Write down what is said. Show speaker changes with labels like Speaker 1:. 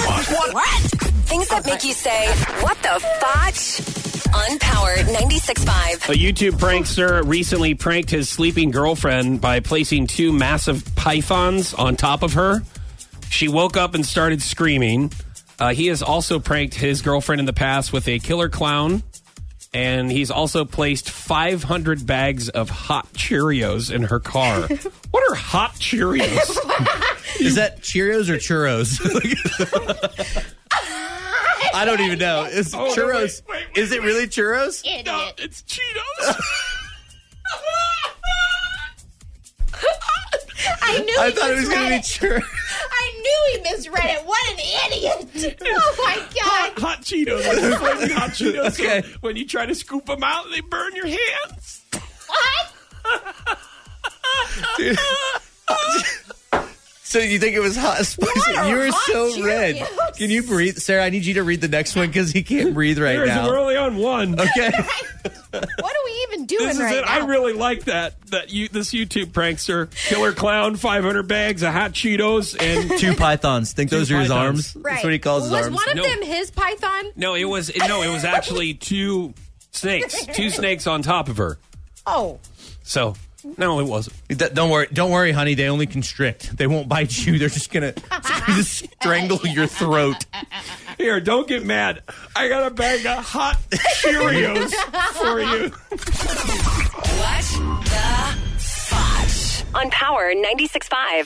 Speaker 1: What? Things that make you say, what the fotch? On Power 96.5.
Speaker 2: A YouTube prankster recently pranked his sleeping girlfriend by placing two massive pythons on top of her. She woke up and started screaming. Uh, he has also pranked his girlfriend in the past with a killer clown. And he's also placed 500 bags of hot Cheerios in her car. what are hot Cheerios?
Speaker 3: Is that Cheerios or churros? I don't even know. Is
Speaker 2: Oh, no,
Speaker 3: churros?
Speaker 2: wait, wait,
Speaker 3: is it really churros?
Speaker 4: Idiot.
Speaker 2: No, it's Cheetos.
Speaker 4: I knew
Speaker 3: I
Speaker 4: he
Speaker 3: thought it was going to be
Speaker 4: misread
Speaker 3: churros.
Speaker 4: I knew he misread it. What an idiot. Oh my god.
Speaker 2: hot Cheetos. They're flaming hot Cheetos. So
Speaker 3: Okay.
Speaker 2: when you try to scoop them out, they burn your hands.
Speaker 4: What?
Speaker 3: So you think it was hot? spicy?
Speaker 4: are
Speaker 3: You were
Speaker 4: hot
Speaker 3: so red.
Speaker 4: Cheerios?
Speaker 3: Can you breathe, Sarah? I need you to read the next one because he can't breathe right
Speaker 2: There's-
Speaker 3: now.
Speaker 2: We're only on one.
Speaker 3: Okay.
Speaker 4: What are we even doing
Speaker 2: This is
Speaker 4: right
Speaker 2: it.
Speaker 4: now?
Speaker 2: I really like that. That you, this YouTube prankster, killer clown, 500 bags of hot Cheetos, and
Speaker 3: Two pythons. Think those are his
Speaker 2: pythons.
Speaker 3: arms? That's what he calls his
Speaker 4: was
Speaker 3: arms.
Speaker 4: one of
Speaker 2: No.
Speaker 4: them his python?
Speaker 2: no, it was no, it was actually two snakes, two snakes on top of her.
Speaker 4: Oh.
Speaker 2: So no, it wasn't.
Speaker 3: Th- Don't worry, don't worry, honey. They only constrict. They won't bite you. They're just gonna just strangle your throat.
Speaker 2: Here, don't get mad. I got a bag of hot Cheerios for you.
Speaker 1: What the fotch? On Power 96.5.